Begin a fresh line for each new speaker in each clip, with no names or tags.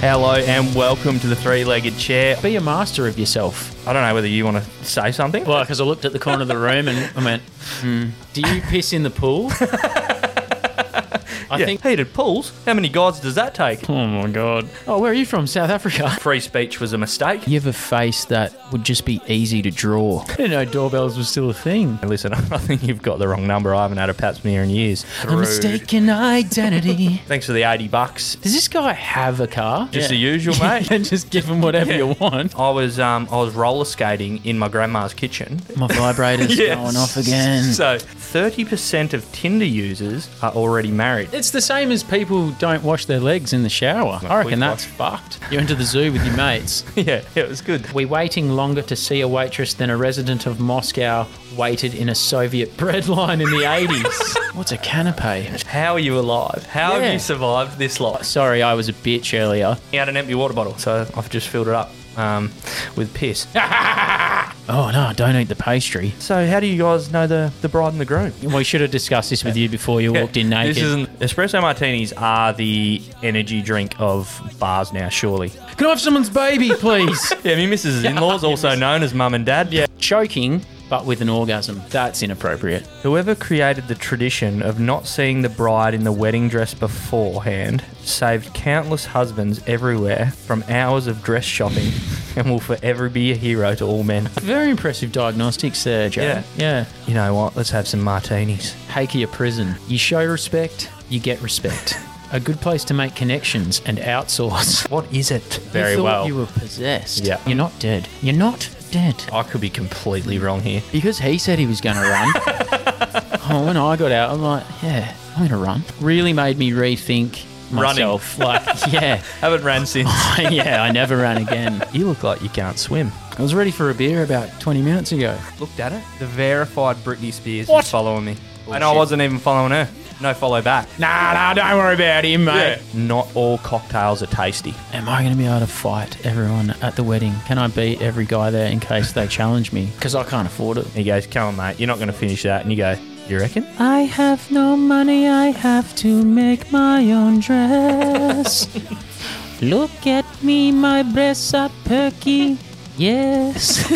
Hello and welcome to the three legged chair.
Be a master of yourself.
I don't know whether you want to say something.
Well, because I looked at the corner of the room and I went, hmm, "Do you piss in the pool?" I
Yeah.
think.
heated pools. How many gods does that take?
Oh my god. Oh, where are you from? South Africa.
Free speech was a mistake.
You have a face that would just be easy to draw. I didn't know doorbells was still a thing.
Listen, I think you've got the wrong number. I haven't had a pap smear in years.
A mistaken identity.
Thanks for the 80 bucks.
Does this guy have a car?
Just the usual, mate.
and just give him whatever you want.
I was um, I was roller skating in my grandma's kitchen.
My vibrator's
Yes.
going off again.
So, 30% of Tinder users are already married.
It's the same as people don't wash their legs in the shower. I
we
reckon that's fucked. You're into the zoo with your mates.
yeah, it was good.
We're waiting longer to see a waitress than a resident of Moscow waited in a Soviet bread line in the 80s. What's a canape?
How are you alive? How
Yeah.
have you survived this life?
Sorry, I was a bitch earlier.
I had an empty water bottle, so I've just filled it up um, with piss.
Oh no, don't eat the pastry.
So, how do you guys know the, the bride and the groom?
We should have discussed this with you before you walked in naked.
This isn't espresso martinis are the energy drink of bars now, surely.
Can I have someone's baby, please?
Yeah, my missus is in-laws, also known as mum and dad. Yeah.
Choking, but with an orgasm. That's inappropriate.
Whoever created the tradition of not seeing the bride in the wedding dress beforehand saved countless husbands everywhere from hours of dress shopping and will forever be a hero to all men.
Very impressive diagnostics there, Joe.
Yeah.
Yeah.
You know what? Let's have some martinis.
Hakea Prison. You show respect, you get respect. A good place to make connections and outsource.
What is it?
You thought You were possessed.
Yeah.
You're not dead. You're not dead.
I could be completely wrong here.
Because he said he was going to run. oh, when I got out, I'm like, yeah, I'm going to run. Really made me rethink
Running.
myself. like, yeah,
Haven't ran since.
yeah, I never ran again.
you look like you can't swim.
I was ready for a beer about 20 minutes ago.
Looked at it. The verified Britney Spears
What?
was following me. And I
Bullshit.
wasn't even following her. No follow back.
Nah, nah, don't worry about him,
Yeah. Not all cocktails are tasty.
Am I going to be able to fight everyone at the wedding? Can I beat every guy there in case they challenge me? Because I can't afford it.
He goes, Come on, mate, you're not going to finish that. And you go, You reckon?
I have no money, I have to make my own dress. Look at me, my breasts are perky. Yes.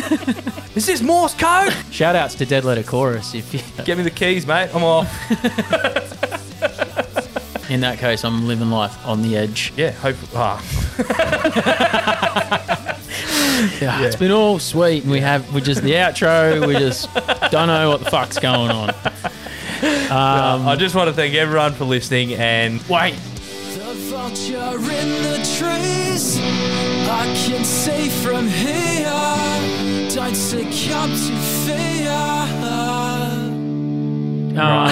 Is this Morse code?
Shout outs to Dead Letter Chorus. If you,
Get me the keys, mate. I'm off.
in that case, I'm living life on the edge.
yeah, hope. Ah,
Yeah, It's been all sweet, and we have we just the outro. We just don't know what the fuck's going on.
I just want to thank everyone for listening and
Wait,
The vulture in the trees. I can see from here. Don't succumb to fear.
um,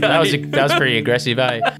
that was that was pretty aggressive, eh?